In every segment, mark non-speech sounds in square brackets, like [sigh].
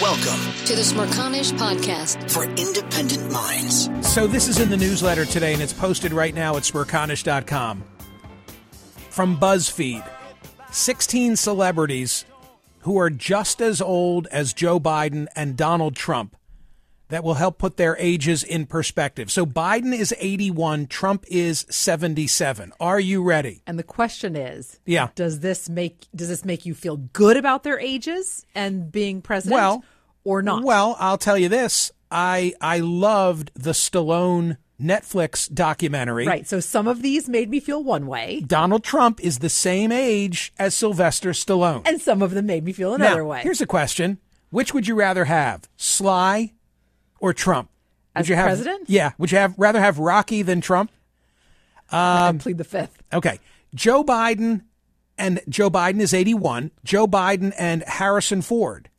Welcome to the Smirconish Podcast. for Independent Minds. So this is in the newsletter today, and it's posted right now at smirconish.com. From BuzzFeed, 16 celebrities who are just as old as Joe Biden and Donald Trump that will help put their ages in perspective. So Biden is 81, Trump is 77. Are you ready? And the question is, Yeah. does this make does this make you feel good about their ages and being president Well, or not? Well, I'll tell you this. I I loved the Stallone Netflix documentary. right. So some of these made me feel one way Donald Trump is the same age as Sylvester Stallone. and some of them made me feel another now, way. Here's a question: Which would you rather have, Sly or Trump? Would As you have president? Yeah. Would you have rather have Rocky than Trump? [laughs] um, I plead the fifth. Okay. Joe Biden and Joe Biden is 81. Joe Biden and Harrison Ford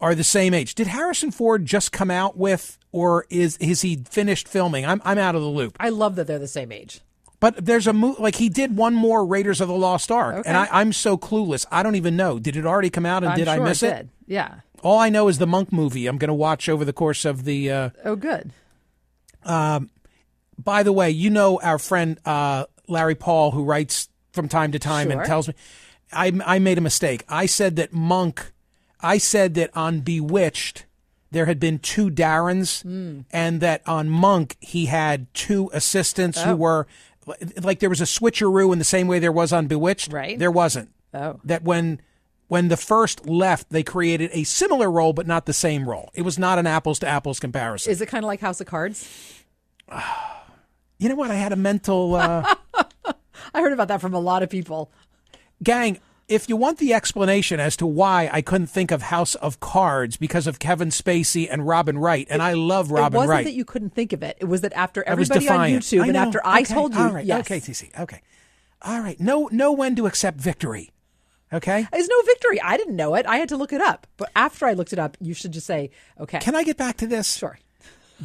are the same age. Did Harrison Ford just come out with, or is is he finished filming? I'm I'm out of the loop. I love that they're the same age. But there's a mo- like he did one more Raiders of the Lost Ark, Okay. and I, I'm so clueless. I don't even know. Did it already come out, and I'm did I sure miss did. Yeah. All I know is the Monk movie. I'm going to watch over the course of the. Uh, Oh, good. by the way, you know our friend uh, Larry Paul, who writes from time to time and Sure. tells me, I, I made a mistake. I said that Monk. I said that on Bewitched there had been two Darrens, Hmm. and that on Monk he had two assistants Oh. who were like there was a switcheroo in the same way there was on Bewitched. Right. There wasn't. Oh, that when when the first left, they created a similar role but not the same role. It was not an apples to apples comparison. is it kind of like House of Cards? you know what? I had a mental uh, I heard about that from a lot of people. gang. If you want the explanation as to why I couldn't think of House of Cards because of Kevin Spacey and Robin Wright, and I love it Robin wasn't Wright. that you couldn't think of it. It was that after I was everybody on defiant. YouTube I and know. after I Okay. told you, All right. yes, Okay, TC. Okay. All right. No, no when to accept victory. Okay. It's no victory. I didn't know it. I had to look it up. But after I looked it up, you should just say, okay. Can I get back to this? Sure.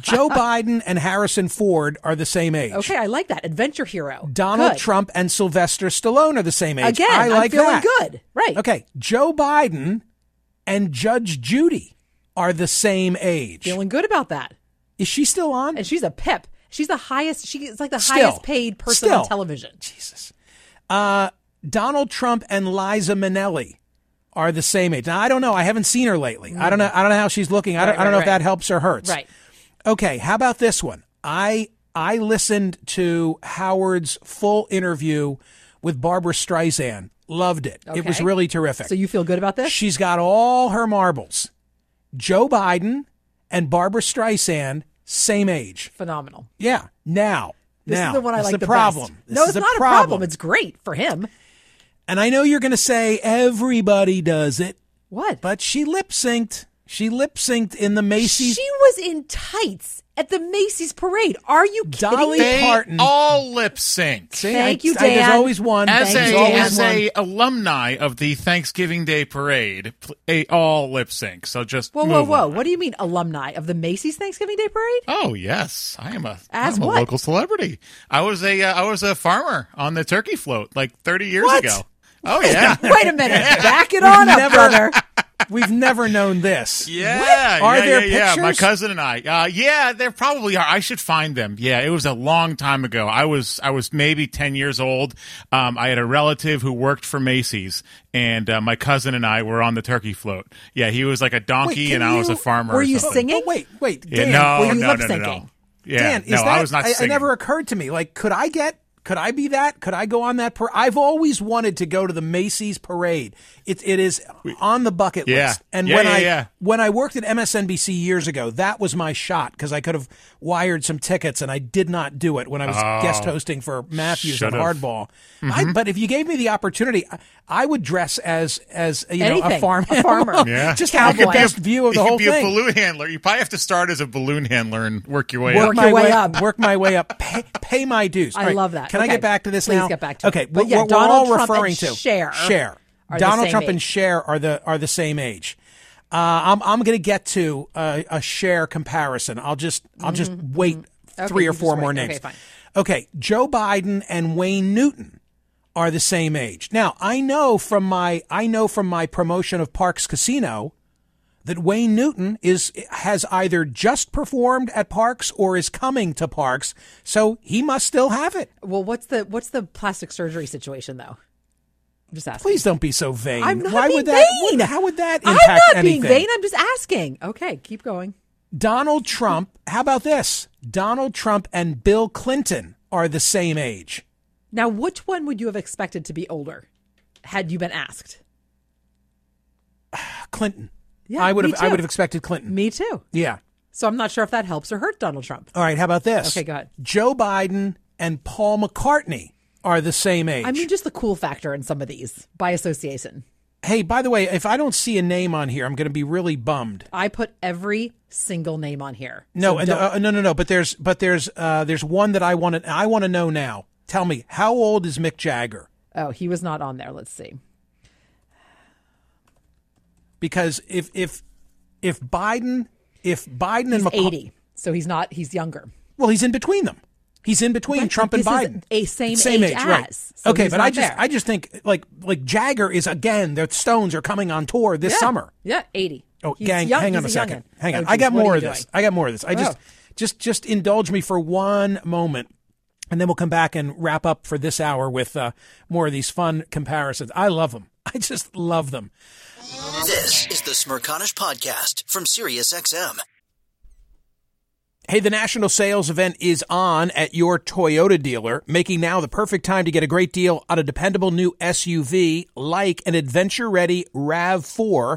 [laughs] Joe Biden and Harrison Ford are the same age. Okay, I like that. Adventure hero. Donald Good. Trump and Sylvester Stallone are the same age. Again, I I'm like feeling that. good. Right. Okay. Joe Biden and Judge Judy are the same age. Feeling good about that. Is she still on? And she's a pip. She's the highest, she is like the Still. highest paid person Still. on television. Jesus. Uh, Donald Trump and Liza Minnelli are the same age. Now I don't know. I haven't seen her lately. I don't know. I don't know how she's looking. I don't, Right, I don't know right, if that right. helps or hurts. Right. Okay, how about this one? I I listened to Howard's full interview with Barbara Streisand. Loved it. It was Okay. really terrific. So you feel good about this? She's got all her marbles. Joe Biden and Barbara Streisand, same age. Phenomenal. Yeah. Now, This now is the one I this like the the problem. best. This no, is it's the not a problem. It's great for him. and I know you're going to say everybody does it, What? but she lip synced. She lip synced in the Macy's. she was in tights at the Macy's parade. Are you kidding Dolly me? They Parton. all lip sync. See, Thank I- you, I- there's Dan. always one. As Thank There's a, you. always as one. a alumni of the Thanksgiving Day Parade, pl- they all lip sync. So just Whoa, whoa, move whoa. on. What do you mean alumni of the Macy's Thanksgiving [laughs] Day Parade? Oh yes, I am a As am a what? local celebrity. I was a uh, I was a farmer on the turkey float like 30 years What? ago. Oh yeah. [laughs] [laughs] Wait a minute. Back it on up, never- [laughs] brother. We've never known [laughs] this. Yeah, Are yeah, there yeah, yeah. My pictures? cousin and I. Uh, yeah, there probably are. I should find them. Yeah, it was a long time ago. I was I was maybe ten years old. Um, I had a relative who worked for Macy's, and uh, my cousin and I were on the turkey float. Yeah, he was like a Wait, donkey, can and I was you- Oh, a farmer. were or you something. singing? But wait, wait, Yeah, Dan, no, wait, you no, lip no, no, no. syncing? Yeah, Dan, is no, that, I was not It singing. [laughs] never occurred to me. Like, could I get? Could I be that? Could I go on that? par I've always wanted to go to the Macy's parade. It it is on the bucket Yeah. list. And Yeah, when yeah, I yeah. when I worked at MSNBC years ago, that was my shot because I could have wired some tickets, and I did not do it when I was Oh. guest hosting for Matthews Should've. on Hardball. Mm-hmm. I, but if you gave me the opportunity, I, I would dress as as you know a Anything. farm A farmer. [laughs] animal. Yeah. oh, just have the Cowboy. best view of the [laughs] you whole could be thing. a balloon handler. You probably have to start as a balloon handler and work your way work up. my your way, way up. up. Work my way up. Pay, pay my dues. I All right. love that. Can I Okay. get back to this Please now? get back to it. okay. But what yeah, we're, we're all Donald Trump referring and to Cher Cher. are the Donald same Trump and age. Cher are the are the same age. Uh, I'm I'm going to get to uh, a Cher comparison. I'll just I'll just wait three or Mm-hmm. Okay, you four just more wait. Okay, names. fine. Okay, Joe Biden and Wayne Newton are the same age. Now, I know from my I know from my promotion of Parks Casino that Wayne Newton is has either just performed at Parks or is coming to Parks, so he must still have it. Well, what's the what's the plastic surgery situation though? I'm just asking. Please don't be so vain. I'm not Why being would that vain. what- how would that I'm impact not anything? being vain. I'm just asking. Okay, keep going. Donald Trump, how about this? Donald Trump and Bill Clinton are the same age. Now, which one would you have expected to be older had you been asked? Clinton. Yeah, I would me have I too. would have expected Clinton. Me too. Yeah. So I'm not sure if that helps or hurts Donald Trump. All right, how about this? Okay, go ahead. Joe Biden and Paul McCartney are the same age. I mean, just the cool factor in some of these by association. hey, by the way, if I don't see a name on here, I'm going to be really bummed. I put every single name on here. No, So and, don't- uh, no, no, no. But there's, but there's, uh, there's one that I want to, I want to know now. Tell me, how old is Mick Jagger? oh, he was not on there. Let's see. Because if, if, if Biden, if Biden and He's McCar- 80, so he's not. He's younger. well, he's in between them. He's in between Right, Trump and but this is Biden. a same age right? as, so okay, he's but I not just, there. I just think like, like Jagger is again. The Stones are coming on tour this Yeah. summer. Yeah, 80. Oh, He's gang, young- hang on a he's second. youngin'. Hang on. Oh, I geez, got what are more you of this. doing? I got more of this. I just Oh. just just indulge me for one moment. And then we'll come back and wrap up for this hour with uh, more of these fun comparisons. I love them. [laughs] I just love them. This is the Smirconish Podcast from SiriusXM. Hey, the national sales event is on at your Toyota dealer, making now the perfect time to get a great deal on a dependable new SUV like an adventure ready RAV4.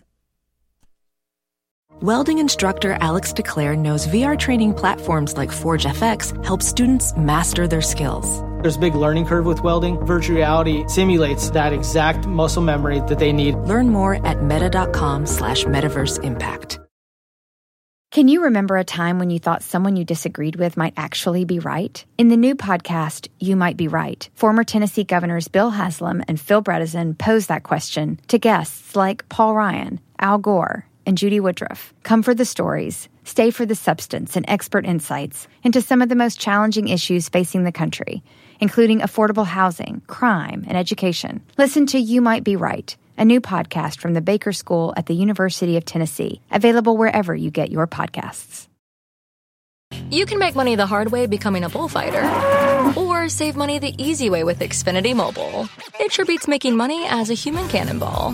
Welding instructor Alex DeClaire knows VR training platforms like Forge FX help students master their skills. There's a big learning curve with welding. Virtual reality simulates that exact muscle memory that they need. Learn more at meta.com slash metaverse impact. Can you remember a time when you thought someone you disagreed with might actually be right? In the new podcast, You Might Be Right, former Tennessee governors Bill Haslam and Phil Bredesen pose that question to guests like Paul Ryan, Al Gore, and Judy Woodruff. Come for the stories, stay for the substance and expert insights into some of the most challenging issues facing the country, including affordable housing, crime, and education. Listen to You Might Be Right a new podcast from the Baker School at the University of Tennessee, available wherever you get your podcasts. You can make money the hard way becoming a bullfighter, or save money the easy way with Xfinity Mobile. It sure beats making money as a human cannonball.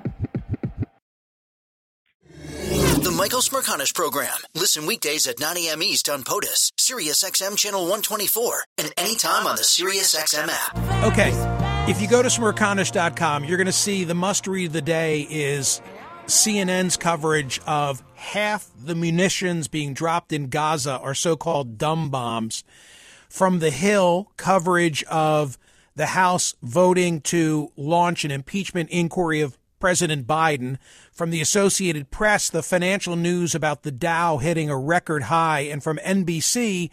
The Michael Smirkanish Program. Listen weekdays at 9 a.m. East on POTUS, Sirius XM Channel 124, and anytime on the Sirius XM app. Okay. If you go to smirconish.com, you're going to see the must read of the day is CNN's coverage of half the munitions being dropped in Gaza are so called dumb bombs. From the Hill, coverage of the House voting to launch an impeachment inquiry of President Biden. From the Associated Press, the financial news about the Dow hitting a record high. And from NBC,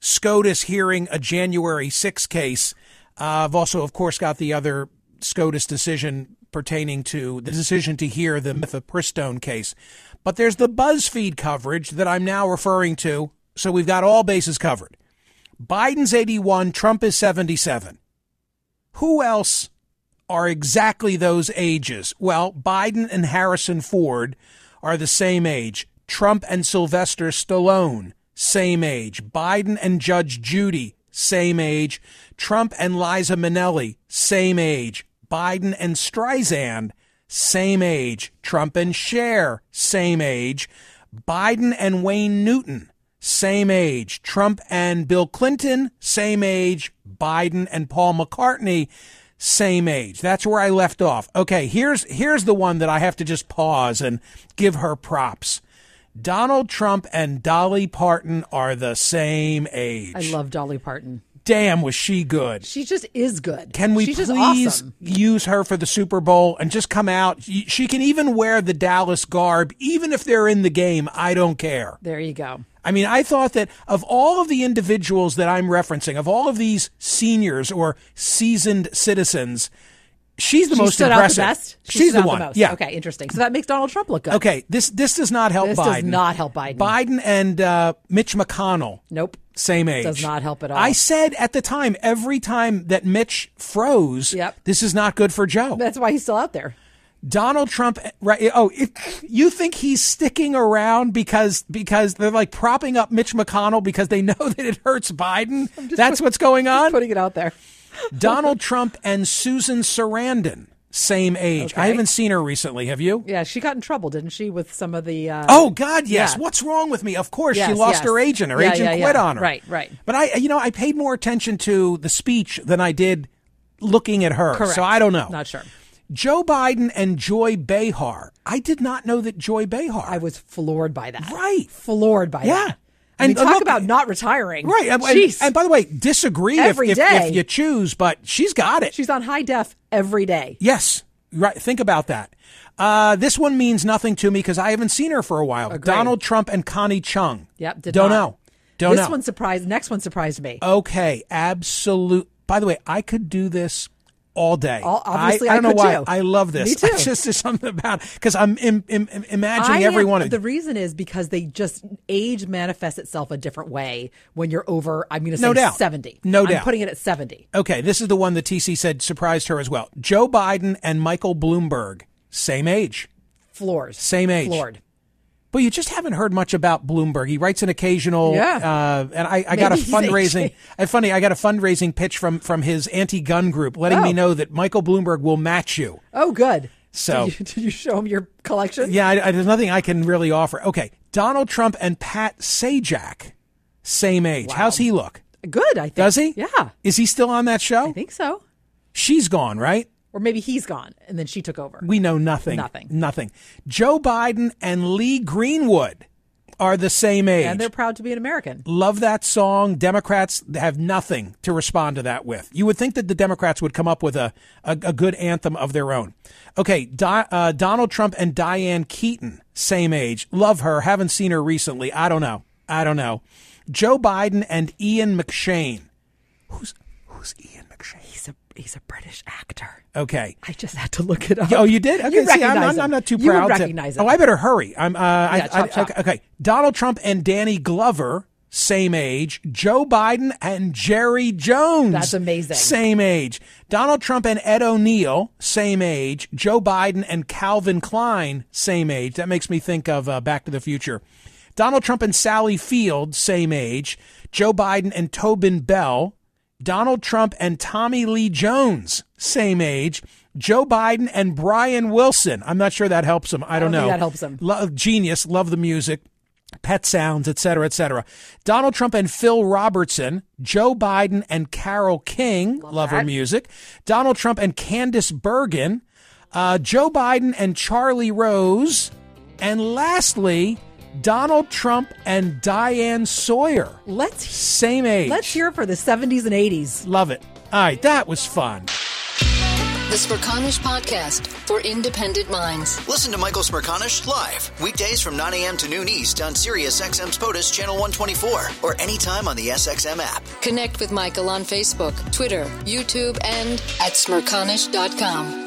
SCOTUS hearing a January 6 case. Uh, I've also, of course, got the other SCOTUS decision pertaining to the decision to hear the mifepristone case. But there's the BuzzFeed coverage that I'm now referring to. So we've got all bases covered. Biden's 81, Trump is 77. Who else are exactly those ages? Well, Biden and Harrison Ford are the same age. Trump and Sylvester Stallone, same age. Biden and Judge Judy, same age. Trump and Liza Minnelli, same age. Biden and Streisand, same age. Trump and Cher, same age. Biden and Wayne Newton, same age. Trump and Bill Clinton, same age. Biden and Paul McCartney, same age. That's where I left off. Okay, here's here's the one that I have to just pause and give her props. Donald Trump and Dolly Parton are the same age. I love Dolly Parton. Damn, was she good. She just is good. Can we She's please just awesome. use her for the Super Bowl and just come out? She she can even wear the Dallas garb, even if they're in the game. I don't care. There you go. I mean, I thought that of all of the individuals that I'm referencing, of all of these seniors or seasoned citizens, she's the she most stood impressive. out the best. She she's stood the out one. The most. Yeah. Okay. Interesting. So that makes Donald Trump look good. Okay. This this does not help This Biden. does not help Biden. Biden and uh, Mitch McConnell. Nope. Same age. Does not help at all. I said at the time, every time that Mitch froze, Yep. this is not good for Joe. That's why he's still out there. [laughs] Donald Trump, right? Oh, if you think he's sticking around because because they're like propping up Mitch McConnell because they [laughs] know that it hurts Biden? That's what's going Just on. putting it out there. Donald Trump and Susan Sarandon, same age. I Okay. haven't seen her recently. Have you? Yeah, she got in trouble, didn't she, with some of the? Uh, Oh God, yes. Yeah. What's wrong with me? Of course, she Yes, lost yes. her agent. Her Yeah, agent yeah, quit yeah. on her. Right, right. But I, you know, I paid more attention to the speech than I did looking at her. correct. So I don't know. Not sure. Joe Biden and Joy Behar. I did not know that Joy Behar. I was floored by that. Right. Floored by Yeah. that. I mean, And, uh, talk look- about not retiring. Right. And, and, Jeez. and by the way, disagree if, Every if, day. if you choose, but she's got it. She's on high def every day. Yes. Right. Think about that. Uh, this one means nothing to me because I haven't seen her for a while. Donald Trump and Connie Chung. Yep, did Don't not. know. Don't this know. one surprised. Next one surprised me. okay. Absolute. By the way, I could do this all day. All- obviously, I, I don't know could why. too. [laughs] I love this. Me too. It's just there's something about because I'm im- im- im- imagining I every am- one of the reason is because they just age manifests itself a different way when you're over. I'm going to say No doubt. seventy. No I'm doubt. Putting it at seventy. Okay, this is the one that TC said surprised her as well. Joe Biden and Michael Bloomberg, same age. Floors. Same age. Floored. But you just haven't heard much about Bloomberg. He writes an occasional, Yeah. uh, and I, I got a Maybe he's fundraising. aging. I, funny, I got a fundraising pitch from from his anti-gun group, letting me Oh. know that Michael Bloomberg will match you. Oh, good. So- did you, [laughs] did you show him your collection? Yeah, I, I, there's nothing I can really offer. Okay, Donald Trump and Pat Sajak, same age. How's he look? Good. I think. Does he? Oh. Yeah. Is he still on that show? I think so. She's gone, right? Or maybe he's gone and then she took over. We know nothing. Nothing. Nothing. Joe Biden and Lee Greenwood are the same age. and they're proud to be an American. Love that song. Democrats have nothing to respond to that with. You would think that the Democrats would come up with a, a, a good anthem of their own. Okay, Di- uh, Donald Trump and Diane Keaton, same age. Love her. Haven't seen her recently. I don't know. I don't know. Joe Biden and Ian McShane. Who's who's Ian McShane? He's a he's a British actor. Okay. I just had to look it up. Oh, you did? Okay, You see, I'm, recognize I'm- I'm him. not too You would proud. to- recognize him. Oh, I better hurry. I'm. Uh, I- Yeah, chop, I, chop. Okay, okay. Donald Trump and Danny Glover, same age. Joe Biden and Jerry Jones. That's amazing. Same age. Donald Trump and Ed O'Neill, same age. Joe Biden and Calvin Klein, same age. That makes me think of uh, Back to the Future. Donald Trump and Sally Field, same age. Joe Biden and Tobin Bell. Donald Trump and Tommy Lee Jones, same age. Joe Biden and Brian Wilson. I'm not sure that helps him. I don't, don't think know. that helps him. Love, genius. Love the music. Pet sounds, et cetera, et cetera. Donald Trump and Phil Robertson, Joe Biden and Carol King, love, her music. Donald Trump and Candace Bergen, uh, Joe Biden and Charlie Rose, and lastly, Donald Trump and Diane Sawyer, Let's same age. let's hear it for the 70s and 80s. Love it. All right, that was fun. The Smirconish Podcast for independent minds. Listen to Michael Smirkanish live weekdays from 9 a.m. to noon East on Sirius XM's POTUS Channel 124 or anytime on the SXM app. Connect with Michael on Facebook, Twitter, YouTube, and at smirconish.com.